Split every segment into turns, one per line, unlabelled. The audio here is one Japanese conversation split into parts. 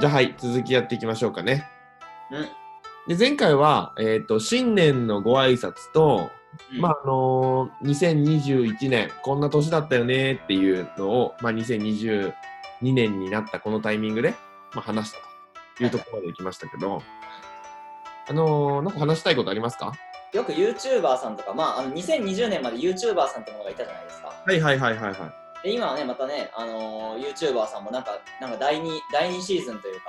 じゃあはい、続きやっていきましょうかね。
うん
で前回は、えっと新年のご挨拶と、
うん
まああのー2021年こんな年だったよねっていうのを、まあ、2022年になったこのタイミングで、まあ、話したというところまで行きましたけど、あのーなんか話したいことありますか
よく YouTuber さんとか、まあ、あの2020年まで YouTuber さんってものがいたじゃないですか。
はいはいはいはいはい。
で今はね、またね、あのー、YouTuber さんもなんかなんか第 2, 第2シーズンというか、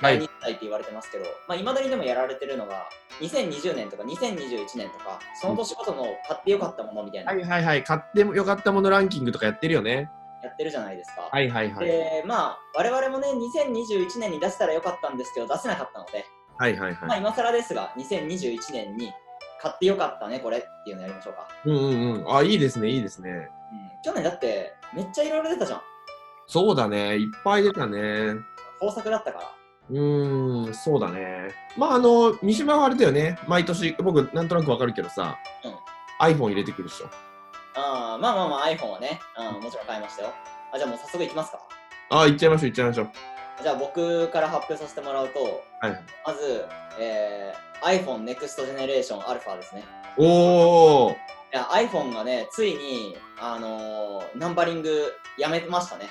は
第
い
2世代って言われてますけど、まあ、未だにでもやられてるのが、2020年とか2021年とか、その年ごとの買ってよかったものみたいな、
はいはいはい。買ってもよかったものランキングとかやってるよね。
やってるじゃないですか。
はいはいはい。
で、まあ、我々もね、2021年に出せたらよかったんですけど、出せなかったので、
はいはい
ま
は
あ、
い。
今更ですが、2021年に買ってよかったね、これっていうのやりましょうか。
うんうんうん。あ、いいですねいいですね。
うん、去年だって、めっちゃいろいろ出たじゃん。
そうだね。いっぱい出たね。
豊作だったから。
うーん、そうだね。まあ、あの、三島はあれだよね。毎年、僕、なんとなくわかるけどさ、
うん
iPhone 入れてくるでしょ。
あーまあまあまあ iPhone はね、うん、もちろん買いましたよ。あじゃあもう早速いきますか。
ああ、行っちゃいましょう、行っちゃいましょう。
じゃあ僕から発表させてもらうと、
はいはい。
まず、えー、iPhone Next Generation Alpha ですね。
おー、
いや iPhone がね、ついに、あのーナンバリングやめましたね。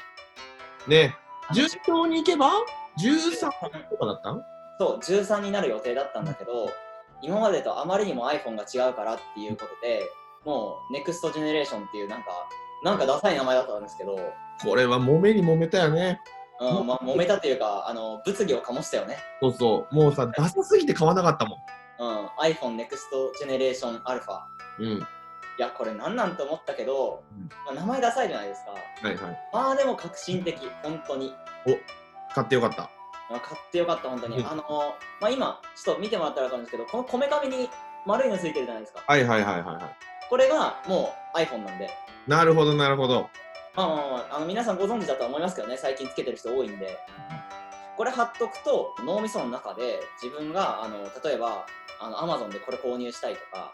ね、順調に行けば、13とかだったん
そう、13になる予定だったんだけど、今までとあまりにも iPhone が違うからっていうことで、もう Next Generation っていうなんか、なんかダサい名前だったんですけど、
これは揉めに揉めたよね。
うん、まあ揉めたっていうか、あの、物議を醸したよね。
そうそう。もうさ、ダサすぎて買わなかったもん。
うん、iPhone Next Generation Alpha。
うん。
いや、これなんなんと思ったけど
うん、
まあ、名前ダサいじゃないですか。
はいはい。
まあでも革新的、本当に。
買ってよかった。
まあ、買ってよかった、本当に。
うん
あのーまあ今、ちょっと見てもらったら分かるんですけど、このこめかみに丸いのついてるじゃないですか。
はいはいはいはいはい。
これがもう iPhone なんで。
なるほど、なるほど。
まあまあまあ、あの皆さんご存知だとは思いますけどね、最近つけてる人多いんで。これ貼っとくと、脳みその中で自分が、あの例えば、あの Amazon でこれ購入したいとか、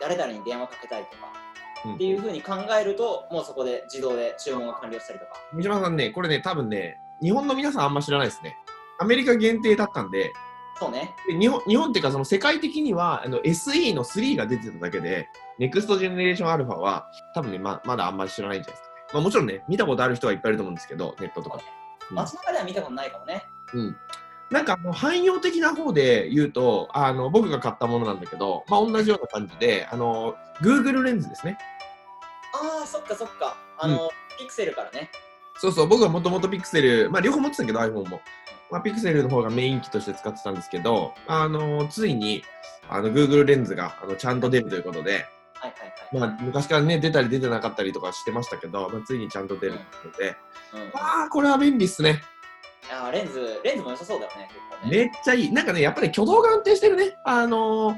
誰々に電話かけたいとか、
うん
っていうふうに考えると、もうそこで自動で注文が完了したりとか。
三島さんね、これね、多分ね、日本の皆さんあんま知らないですね。アメリカ限定だったんで、
そうね。
で日本日本っていうかその世界的にはあの SE の3が出てただけで、ネクストジェネレーションアルファは多分ねま、まだあんまり知らないんじゃないですか、ね。まあ、もちろんね、見たことある人はいっぱいいると思うんですけど、ネットとかで。うん
街中では見たことないかもね。
うん。なんかあの汎用的な方で言うと、あの僕が買ったものなんだけど、まあ、同じような感じで、あの Google レンズですね。
ああ、そっかそっか。あの、ピクセルからね。
そうそう、僕はもともと Pixel、まあ両方持ってたけど iPhone も。まあ、Pixel の方がメイン機として使ってたんですけど、あのついにあの Google レンズがあのちゃんと出るということで、
はいはいはい。
まあ、昔からね、出たり出てなかったりとかしてましたけど、まあ、ついにちゃんと出るので、
うん、い
ああ、これは便利っすね。
やーレンズ、レンズも良さそうだよね、結構ね。
めっちゃいい。なんかね、やっぱり挙動が安定してるね。あのー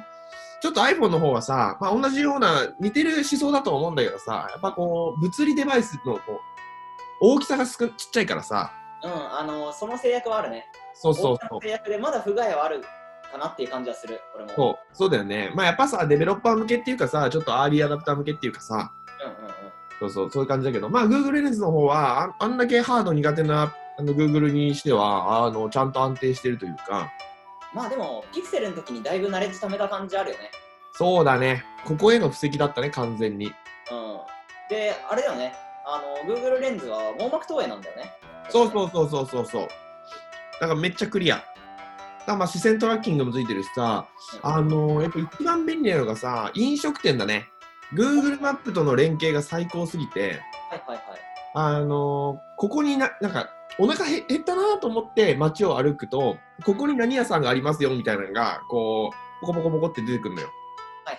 ちょっと iPhone の方はさ、まあ、同じような、似てる思想だと思うんだけどさ、やっぱこう、物理デバイスのこう大きさがすくちっちゃいからさ、
うん、あのその制約はあるね。
そうそう
大きさ
そう
の。制約でまだ不具合はあるかなっていう感じはする、俺も。
そうそうだよね。まあやっぱさ、デベロッパー向けっていうかさ、ちょっとアーリーアダプター向けっていうかさ、
うんうんうん。
そうそう、そういう感じだけど、まあ Google レンズの方は、ああんだけハード苦手なあの Google にしてはあの、ちゃんと安定してるというか、
まあでも、ピクセルの時にだいぶ慣れてためた感じあるよね。
そうだね、ここへの布石だったね、完全に。
うん。で、あれだよね。あの、Google レンズは網膜投影なんだよね。
そうそうそうそうそうそう。だからめっちゃクリア。だからまあ視線トラッキングもついてるしさ、あのやっぱ一番便利なのがさ、飲食店だね。Google マップとの連携が最高すぎて、
はいはいはい。
あのーここにな、なんか、お腹へ減ったなと思って街を歩くと、ここに何屋さんがありますよみたいなのが、こう、ポコポコポコって出てくるのよ。
はい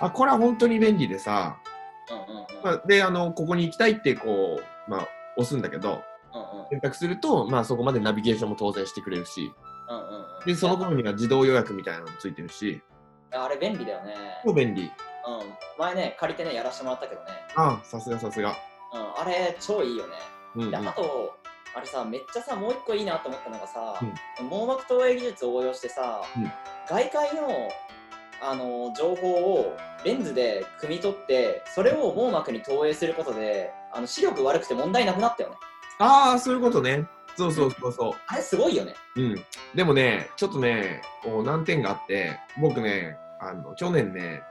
は
あ、これは本当に便利でさ、
いはいはい。うんうんうん。
まあで、あの、ここに行きたいって、こう、まあ、押すんだけど、
うんうん
選択すると、まあ、そこまでナビゲーションも当然してくれるし、
うんうんうん
で、その頃には自動予約みたいなのもついてるし、
いやあれ便利だよね。
超便利。
うん。前ね、借りてね、やらせてもらったけどね。
あさすがさすが。
うん。あれ、超いいよね。
うん、うん。
で、あと、あれさ、めっちゃさ、もう一個いいなと思ったのがさ、網膜投影技術を応用してさ、
うん
外界のあの情報をレンズで汲み取って、それを網膜に投影することで、あの視力悪くて問題なくなったよね。
ああ、そういうことね。そうそうそうそう。
あれすごいよね。
うん、でもね、ちょっとね、こう難点があって、僕ね、あの去年ね、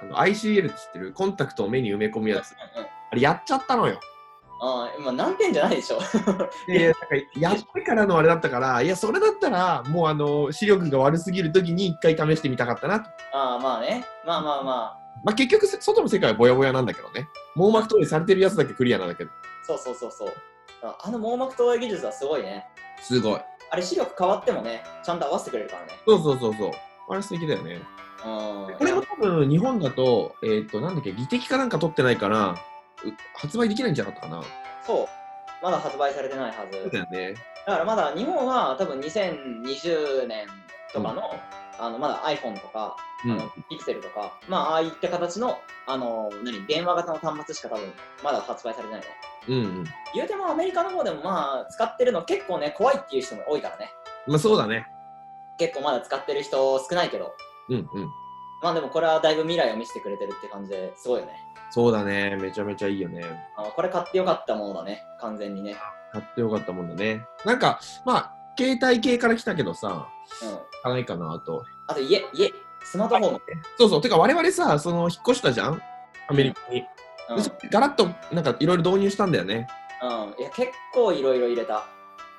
あの ICL って知ってるコンタクトを目に埋め込むやつ、
うんうん
あれやっちゃったのよ。
あーまあ、難点じゃないでしょ。
いやいや、なんかやってからのあれだったから、いや、それだったら、もうあの視力が悪すぎる時に一回試してみたかったなと。
ああ、まあね。まあまあまあ。
まあ、結局、せ外の世界はぼやぼやなんだけどね。網膜投影されてるやつだけクリアなんだけど、
そうそうそうそう。ああの網膜投影技術はすごいね。
すごい。
あれ視力変わってもね、ちゃんと合わせてくれるからね。
そうそうそうそう。あれ素敵だよね。
うん。
これも多分日本だと、えっ、と、なんだっけ、技的かなんか取ってないから、う発売できないんじゃなかったかな。
そう。まだ発売されてないはず。
そうだよね。
だからまだ日本は多分2020年とかの,、あのまだ iPhone とか、
う
あの Pixel とか、まあああいった形のあの何電話型の端末しか多分まだ発売されてないね。
うんうん。
言うてもアメリカの方でもまあ使ってるの結構ね怖いっていう人も多いからね。
まあそうだね。
結構まだ使ってる人少ないけど、
うんうん。
まあでもこれはだいぶ未来を見せてくれてるって感じですごいよね。
そうだね。めちゃめちゃいいよね。
あのこれ買ってよかったものだね、完全にね。
買ってよかったもんだね。なんか、まあ、携帯系から来たけどさ、
うん。
いかないかなと。
あと家、家、スマートフォーム。
そうそう。てか、我々さ、その、引っ越したじゃんアメリカに。
うん
でそガラッと、なんか、いろいろ導入したんだよね。
うん、いや結構いろいろ入れた。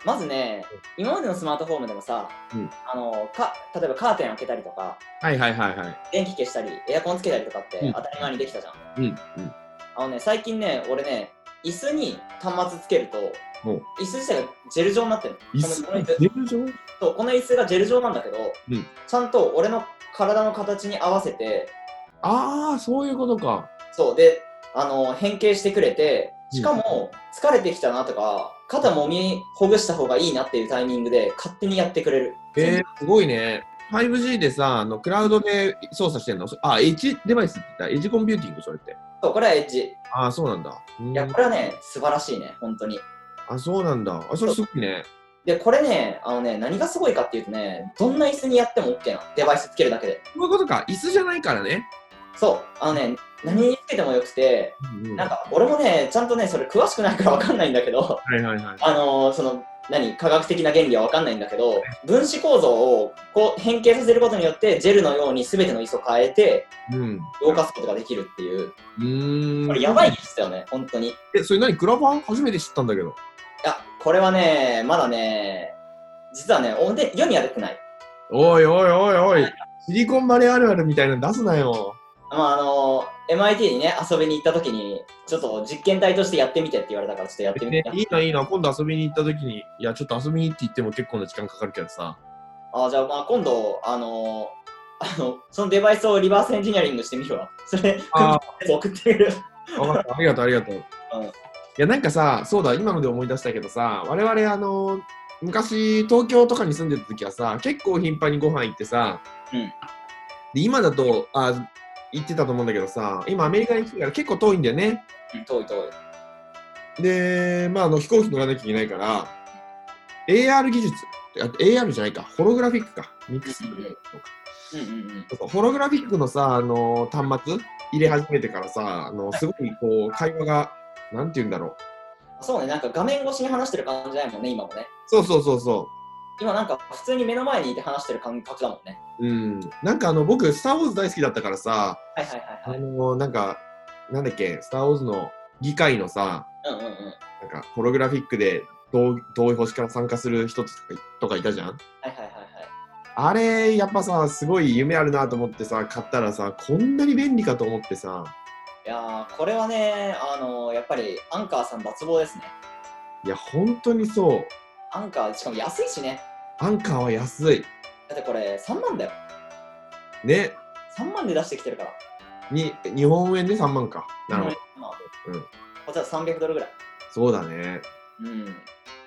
まずね、今までのスマートフォームでもさ、
うん
あのか例えばカーテン開けたりとか、
はいはいはいはい。
電気消したり、エアコンつけたりとかって
うん
当たり前にできたじゃん。
うんうん。
あのね、最近ね、俺ね、椅子に端末つけると
うん、
椅子自体がジェル状になってるの
椅
このこの
子
子
入場
そうこの椅子がジェル状なんだけど、
うん
ちゃんと俺の体の形に合わせて、
ああ、そういうことか。
そうであの変形してくれて
うん
しかも疲れてきたなとか肩もみほぐした方がいいなっていうタイミングで勝手にやってくれる
えー、すごいね。5G でさ、あのクラウドで操作してんのそあ、エッジデバイスって言ったエッジコンピューティング、それって。
そうこれはエッジい
ああ、そうなんだ。うん
やこれはね素晴らしいね本当に
あ、そうなんだ。あ、それすごいね。
でこれねあのね何がすごいかっていうとねどんな椅子にやっても OK なデバイスつけるだけで
そういうことか。椅子じゃないからね。
そうあのね何につけてもよくて
うんうん
なん
は
か俺もねちゃんとねそれ詳しくないからわかんないんだけど
いはいはい。
あのーその何科学的な原理は分かんないんだけど分子構造をこう変形させることによってジェルのように全ての磯を変えて
うん。う
動かすことができるっていう
ーん。
これやばい技術だよね本当にい
え、それ何クラファン初めて知ったんだけど。
やこれはねまだね実はねおで世には出てない
おいおいおいおい。シリコンバレーあるあるみたいなの出すなよ。
まああのー MIT にね遊びに行った時にちょっと実験体としてやってみてって言われたからちょっとやってみ
ね
て、
いいな、いいな。今度遊びに行った時に、いや、ちょっと遊びに行って言っても結構な時間かかるけどさ。
あーじゃあまあ今度あのーあのそのデバイスをリバースエンジニアリングしてみるわそれ
あー
送ってくる
わかった。ありがとう、ありがとう。いや、なんかさ、そうだ、今ので思い出したけどさ、我々、あの、昔、東京とかに住んでた時はさ、結構頻繁にご飯行ってさ、
うん
で今だと、あ、行ってたと思うんだけどさ、今、アメリカに来てから結構遠いんだよね。
うん遠い遠い
で、まあ、あの飛行機乗らなきゃいけないから、AR 技術、あ AR じゃないか、ホログラフィックか、ミックスとか
うんうんうんうんうん
そうそうホログラフィックのさ、あの端末入れ始めてからさ、あのすごいこう会話が、なんて言うんだろう。
そうね、なんか画面越しに話してる感じだもんね、今もね。
そうそうそうそ
今なんか普通に目の前にいて話してる感覚だもんね。
う。うん。なんかあの、僕、スター・ウォーズ大好きだったからさ、
はいはいはい
あ
はい。
のなんか、なんだっけ、スター・ウォーズの議会のさ、
うんうんうん。はい
なんか、ホログラフィックで遠い遠い星から参加する人とかとかいたじゃん。
はいはいはい。
あれ、やっぱさ、すごい夢あるなと思ってさ、買ったらさ、こんなに便利かと思ってさ、
いやー、これはね、あのー、やっぱりアンカーさん脱帽ですね。
いや、本当にそう。
アンカー、しかも安いしね。
アンカーは安い。
だってこれ3万だよ。
ね。
3万で出してきてるから。
に日本円で3万か。なるほど。
まあ
うん
こっちは300ドルぐらい。
そうだね。
うん。い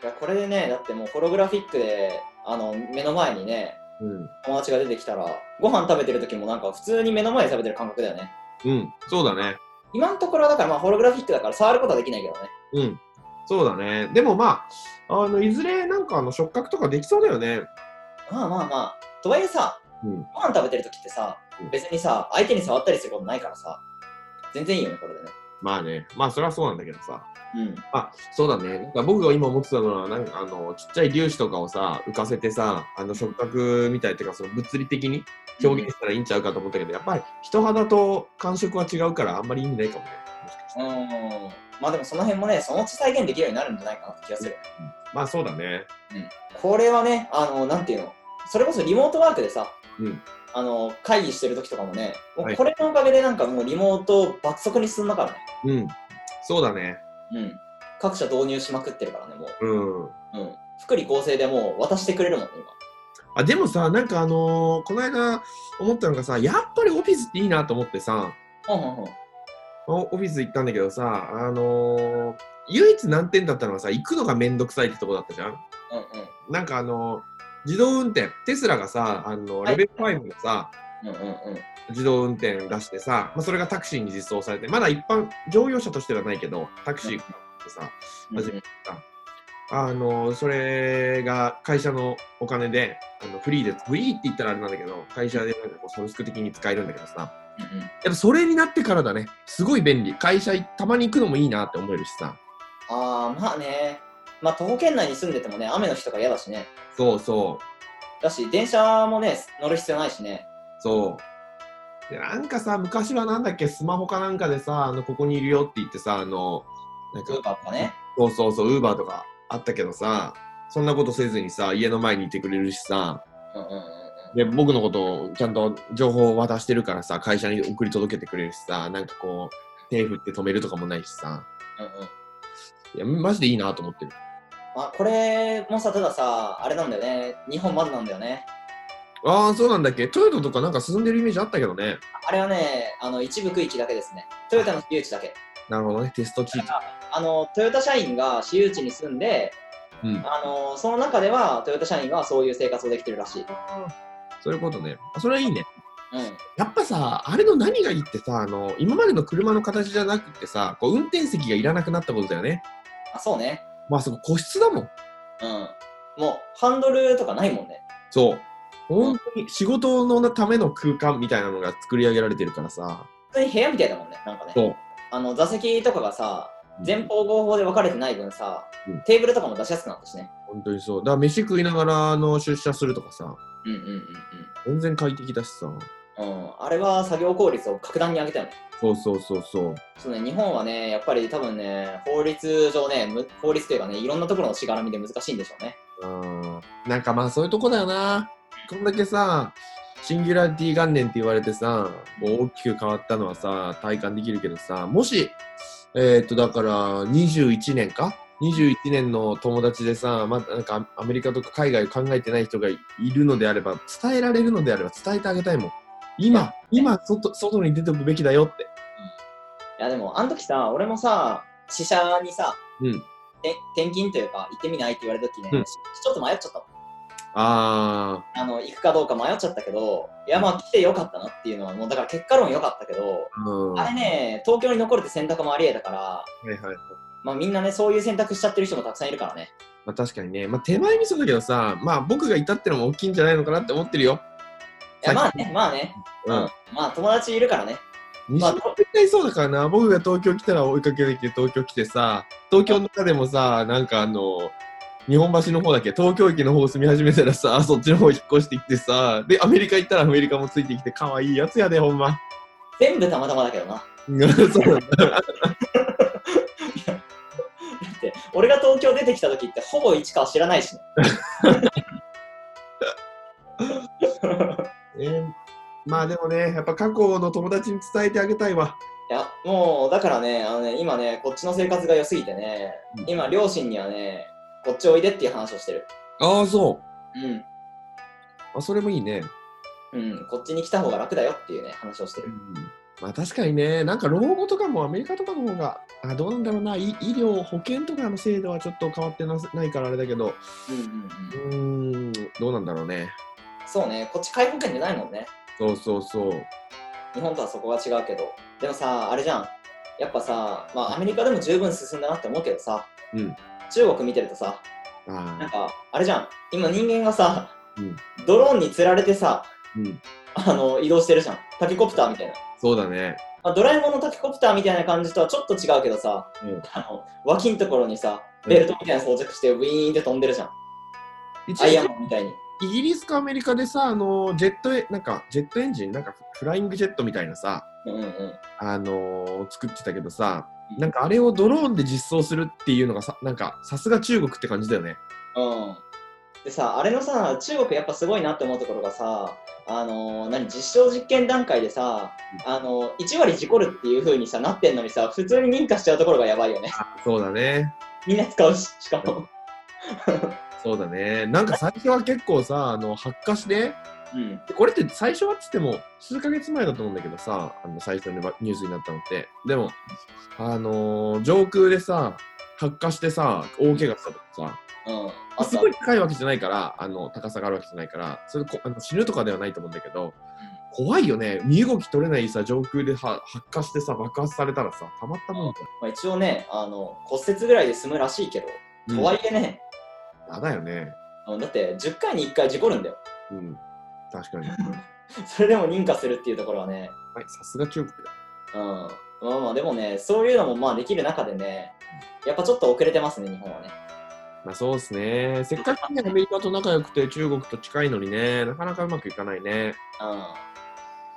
や、これでね、だってもうホログラフィックで、あの、目の前にね、
うん。
友達が出てきたら、ご飯食べてる時もなんか普通に目の前で食べてる感覚だよね。
うん。そうだね。
今のところはだからまあホログラフィックだから触ることはできないけどね。
うん。そうだね。でもまあ、あのいずれなんかあの触覚とかできそうだよね。
まあまあまあ。とはいえさ、
うん
ご飯食べてる時ってさ
うん、
別にさ、相手に触ったりすることないからさ、全然いいよね、これでね。
まあね。まあそれはそうなんだけどさ。
うん。
あそうだね。なんか僕が今思ってたのは、なんかあのちっちゃい粒子とかをさ、浮かせてさ、あの触覚みたいっていうか、その物理的に表現したらいいんちゃうかと思ったけど、やっぱり人肌と感触は違うから、あんまり意味ないかもね。もしかし
う
たら
ん。まあでもその辺もね、そのうち再現できるようになるんじゃないかなって気がする。
まあそうだね。
これはね、あの、なんていうの、それこそリモートワークでさ、
うん
あの、会議してる時とかもね、も
は
う
い
これのおかげでなんかもうリモート爆速に進んだからね。
うん。そうだね。
うん。各社導入しまくってるからね、もう。
うん。
うん。福利厚生でもう渡してくれるもんね、
あでもさ、なんかあのーこの間思ったのがさ、やっぱりオフィスっていいなと思ってさ、
今。うんうんうん。
オオフィス行ったんだけどさ、あのー唯一難点だったのはさ、行くのがめんどくさいってとこだったじゃん。
う
なんかあの、自動運転、テスラがさ、あの
は
レ
い
ベル5のさ、
んうん。うんうんうん。
自動運転出してさ、まあ、それがタクシーに実装されて、まだ一般乗用車としてはないけど、タクシーがあってさ、
うん
初めてあの、それが会社のお金で、あのフリーで、フリーって言ったらあれなんだけど、会社でなんかこうサブスク的に使えるんだけどさ、や
うんうん
っぱそれになってからだね、すごい便利。会社たまに行くのもいいなって思えるしさ、
ああ、まあね。まあ、徒歩圏内に住んでてもね、雨の日とか嫌だしね。
そうそう、
だし、電車もね、乗る必要ないしね。
そう。でなんかさ、昔はなんだっけ、スマホかなんかでさ、あのここにいるよって言ってさ、あの、なん
ウー
か、
バーとかね。
そうそうそう、ウーバーとかあったけどさ、そんなことせずにさ、家の前にいてくれるしさ、
うんうんうんうん。
で、僕のことをちゃんと情報を渡してるからさ、会社に送り届けてくれるしさ、なんかこう、手振って止めるとかもないしさ、
うんうん
いや、マジでいいなと思ってる。
まあ、これもさ、たださ、あれなんだよね。日本まだなんだよね。
ああ、そうなんだっけ、トヨタとかなんか進んでるイメージあったけどね。
あれはね、あの一部区域だけですね。トヨタの私有地だけ。
なるほどね、テスト地域。
あのトヨタ社員が私有地に住んで、
うん。
あのその中ではトヨタ社員はそういう生活をできてるらしい。
そういうことね。あそれはいいね。
うん。
やっぱさ、あれの何がいいってさ、あの今までの車の形じゃなくてさ、こう運転席がいらなくなったことだよね。
あ、そうね。
まあそこ個室だもん。
うん。もうハンドルとかないもんね。
そう。本当に仕事のための空間みたいなのが作り上げられてるからさ。
普通に部屋みたいだもんね。なんかね。
そう。
あの座席とかがさ、前方後方で分かれてない分さ、
うん
テーブルとかも出しやすくなったしね。
本当にそう。だから飯食いながらあの出社するとかさ、
うんうん
全然快適だしさ。
うんうん。うん、あれは作業効率を格段に上げたよね。
そうそうそうそう。
そうね、日本はね、やっぱり多分ね、法律上ね、む法律というかね、いろんなところのしがらみで難しいんでしょうね。
うん。なんかまあそういうとこだよな。こんだけさ、シンギュラリティ元年って言われてさ、こう大きく変わったのはさ、体感できるけどさ、もし、えーっと、だから21年か ?21 年の友達でさ、まなんかアメリカとか海外を考えてない人がいるのであれば、伝えられるのであれば伝えてあげたいもん。今、今外、外に出ておくべきだよって。
いや、でも、あの時さ、俺もさ、支社にさ、
うん
て転勤というか、行ってみないって言われた時ね、
うん
ちょっと迷っちゃったの
あ
あの。行くかどうか迷っちゃったけど、いや、まあ、来てよかったなっていうのは、もうだから結果論よかったけど、
ー、うん。
あれね、東京に残るって選択もありえだから、
はいはい。
まあ、みんなね、そういう選択しちゃってる人もたくさんいるからね。
まあ確かにね、まあ手前味噌だけどさ、まあ僕がいたってのも大きいんじゃないのかなって思ってるよ。
いや、ま
は
あね、まあね、
う
うんまあ、友達いるからね。
ん。西
まあ
村絶対そうだからな、僕が東京来たら追いかけてきて東京来てさ、東京の中でもさ、なんかあの、日本橋の方だっけ、東京駅の方住み始めたらさ、そっちの方引っ越してきてさ、で、アメリカ行ったらアメリカもついてきて、可愛いやつやで、ほんま。
全部たまたまだけどな。
うんそうなんだ。
だって俺が東京出てきた時ってほぼ市川知らないしね
ねまあでもね、やっぱ過去の友達に伝えてあげたいわ。
いやもうだからねあのね今ねこっちの生活が良すぎてね
うん
今両親にはねこっちおいでっていう話をしてる
ああ、そ
うん
う。あ、それもいいね。
うん、こっちに来た方が楽だよっていうね話をして
う
る
んまあ確かにね、なんか老後とかもアメリカとかの方が、あどうなんだろうな、い医療、保険とかの制度はちょっと変わってなないからあれだけど、
うんうんう
うー
ん
ん、どうなんだろうね。
そうねこっち皆保険じゃないもんね
そうそうそう。
日本とはそこが違うけどでもさあれじゃんやっぱさまあアメリカでも十分進んだなって思うけどさ、
うん
中国見てるとさなん
あ
かあれじゃん今人間がさ、
うん
ドローンにつられてさ
ーうん、
あの移動してるじゃんタケコプターみたいな、
そうだね。
まあ、ドラえもんのタケコプターみたいな感じとはちょっと違うけどさ、
うん
あの脇のところにさベルトみたいな装着してウィーンって飛んでるじゃん、
一
アイア
時
ンマンみたいに
イギリスかアメリカでさ、あのジェットエ、なんかジェットエンジン、なんかフライングジェットみたいなさ、
うんうんうん
あのー作ってたけどさ、なんかあれをドローンで実装するっていうのがさ、なんかさすが中国って感じだよね。
うん。でさ、あれのさ、中国やっぱすごいなって思うところがさ、あのー何、実証実験段階でさ、あのー1割事故るっていう風にさ、なってんのにさ、普通に認可しちゃうところがやばいよね。
そうだね。
みんな使うし、しかも。
そうだね。なんか最初は結構さ、あの発火して、
うん。
でこれって最初はっつっても数ヶ月前だと思うんだけどさ、あの最初のニュースになったのって。でも、あのー上空でさ、発火してさ、大怪我したとかさ、
うん。
まあ
あ
すごい高いわけじゃないから、あの高さがあるわけじゃないから、それこあの死ぬとかではないと思うんだけど、怖いよね、身動き取れないさ、上空では発火してさ、爆発されたらさ、たまったもんだよ。
まあ、一応ね、あの、骨折ぐらいで済むらしいけど、とはいえね、
うん、やだよね。
あのだって10回に1回事故るんだよ。
うん、確かに。はい
それでも認可するっていうところはね、
さすが中国だ。
うん。まあまあ、でもね、そういうのもまあできる中でね、やっぱちょっと遅れてますね、日本はね。
まあそうですね。せっかくね、アメリカと仲良くて中国と近いのにね、なかなかうまくいかないね。
うん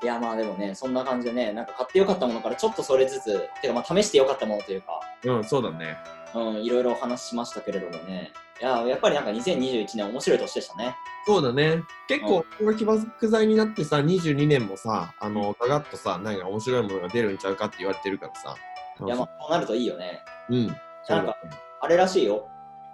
いやまあでもねそんな感じでねなんか買ってよかったものからちょっとそれずつてかまあ試してよかったものというか、
うん、そうだね。
うん、いろいろお話ししましたけれどもねいややっぱりなんか2021年面白い年でしたね
そうだね。結構、これが起爆剤になってさ、22年もさ、あの、ガガッとさ、なんか面白いものが出るんちゃうかって言われてるからさ。
いやまあそうなるといいよね
うん。そうだね
あれらしいよ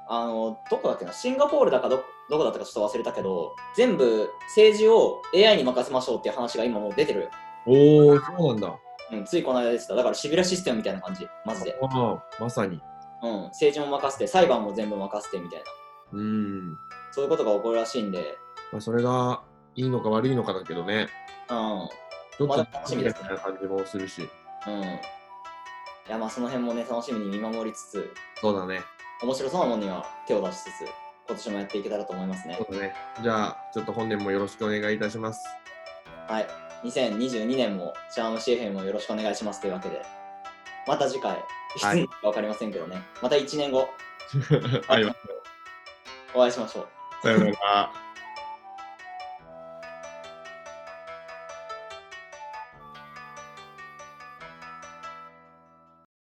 あのどこだっけなシンガポールだかどどこだったかちょっと忘れたけど全部政治を AI に任せましょうっていう話が今もう出てるよ、
おー、そうなんだ。
うん、ついこの間でしただからシビラシステムみたいな感じマジで、
ああ、まさに。
うん、政治も任せて裁判も全部任せてみたいな
うん。
そういうことが起こるらしいんで
まあ、それがいいのか悪いのかだけどね。
うん
ちょっ
ま
と
だ楽しみですね
な感じもするし。
うん。いや、まあその辺もね、楽しみに見守りつつ、
そうだね。
面白そうなものには手を出しつつ、今年もやっていけたらと思いますね
そ。うだね。じゃあ、ちょっと本年もよろしくお願いいたし ます。
はい。2022年も、チャーム CFM もよろしくお願いしますというわけで、また次回、いつ
はい
になる かわかりませんけどね、また1年後、
はい、
お会いしましょう。
さよなら。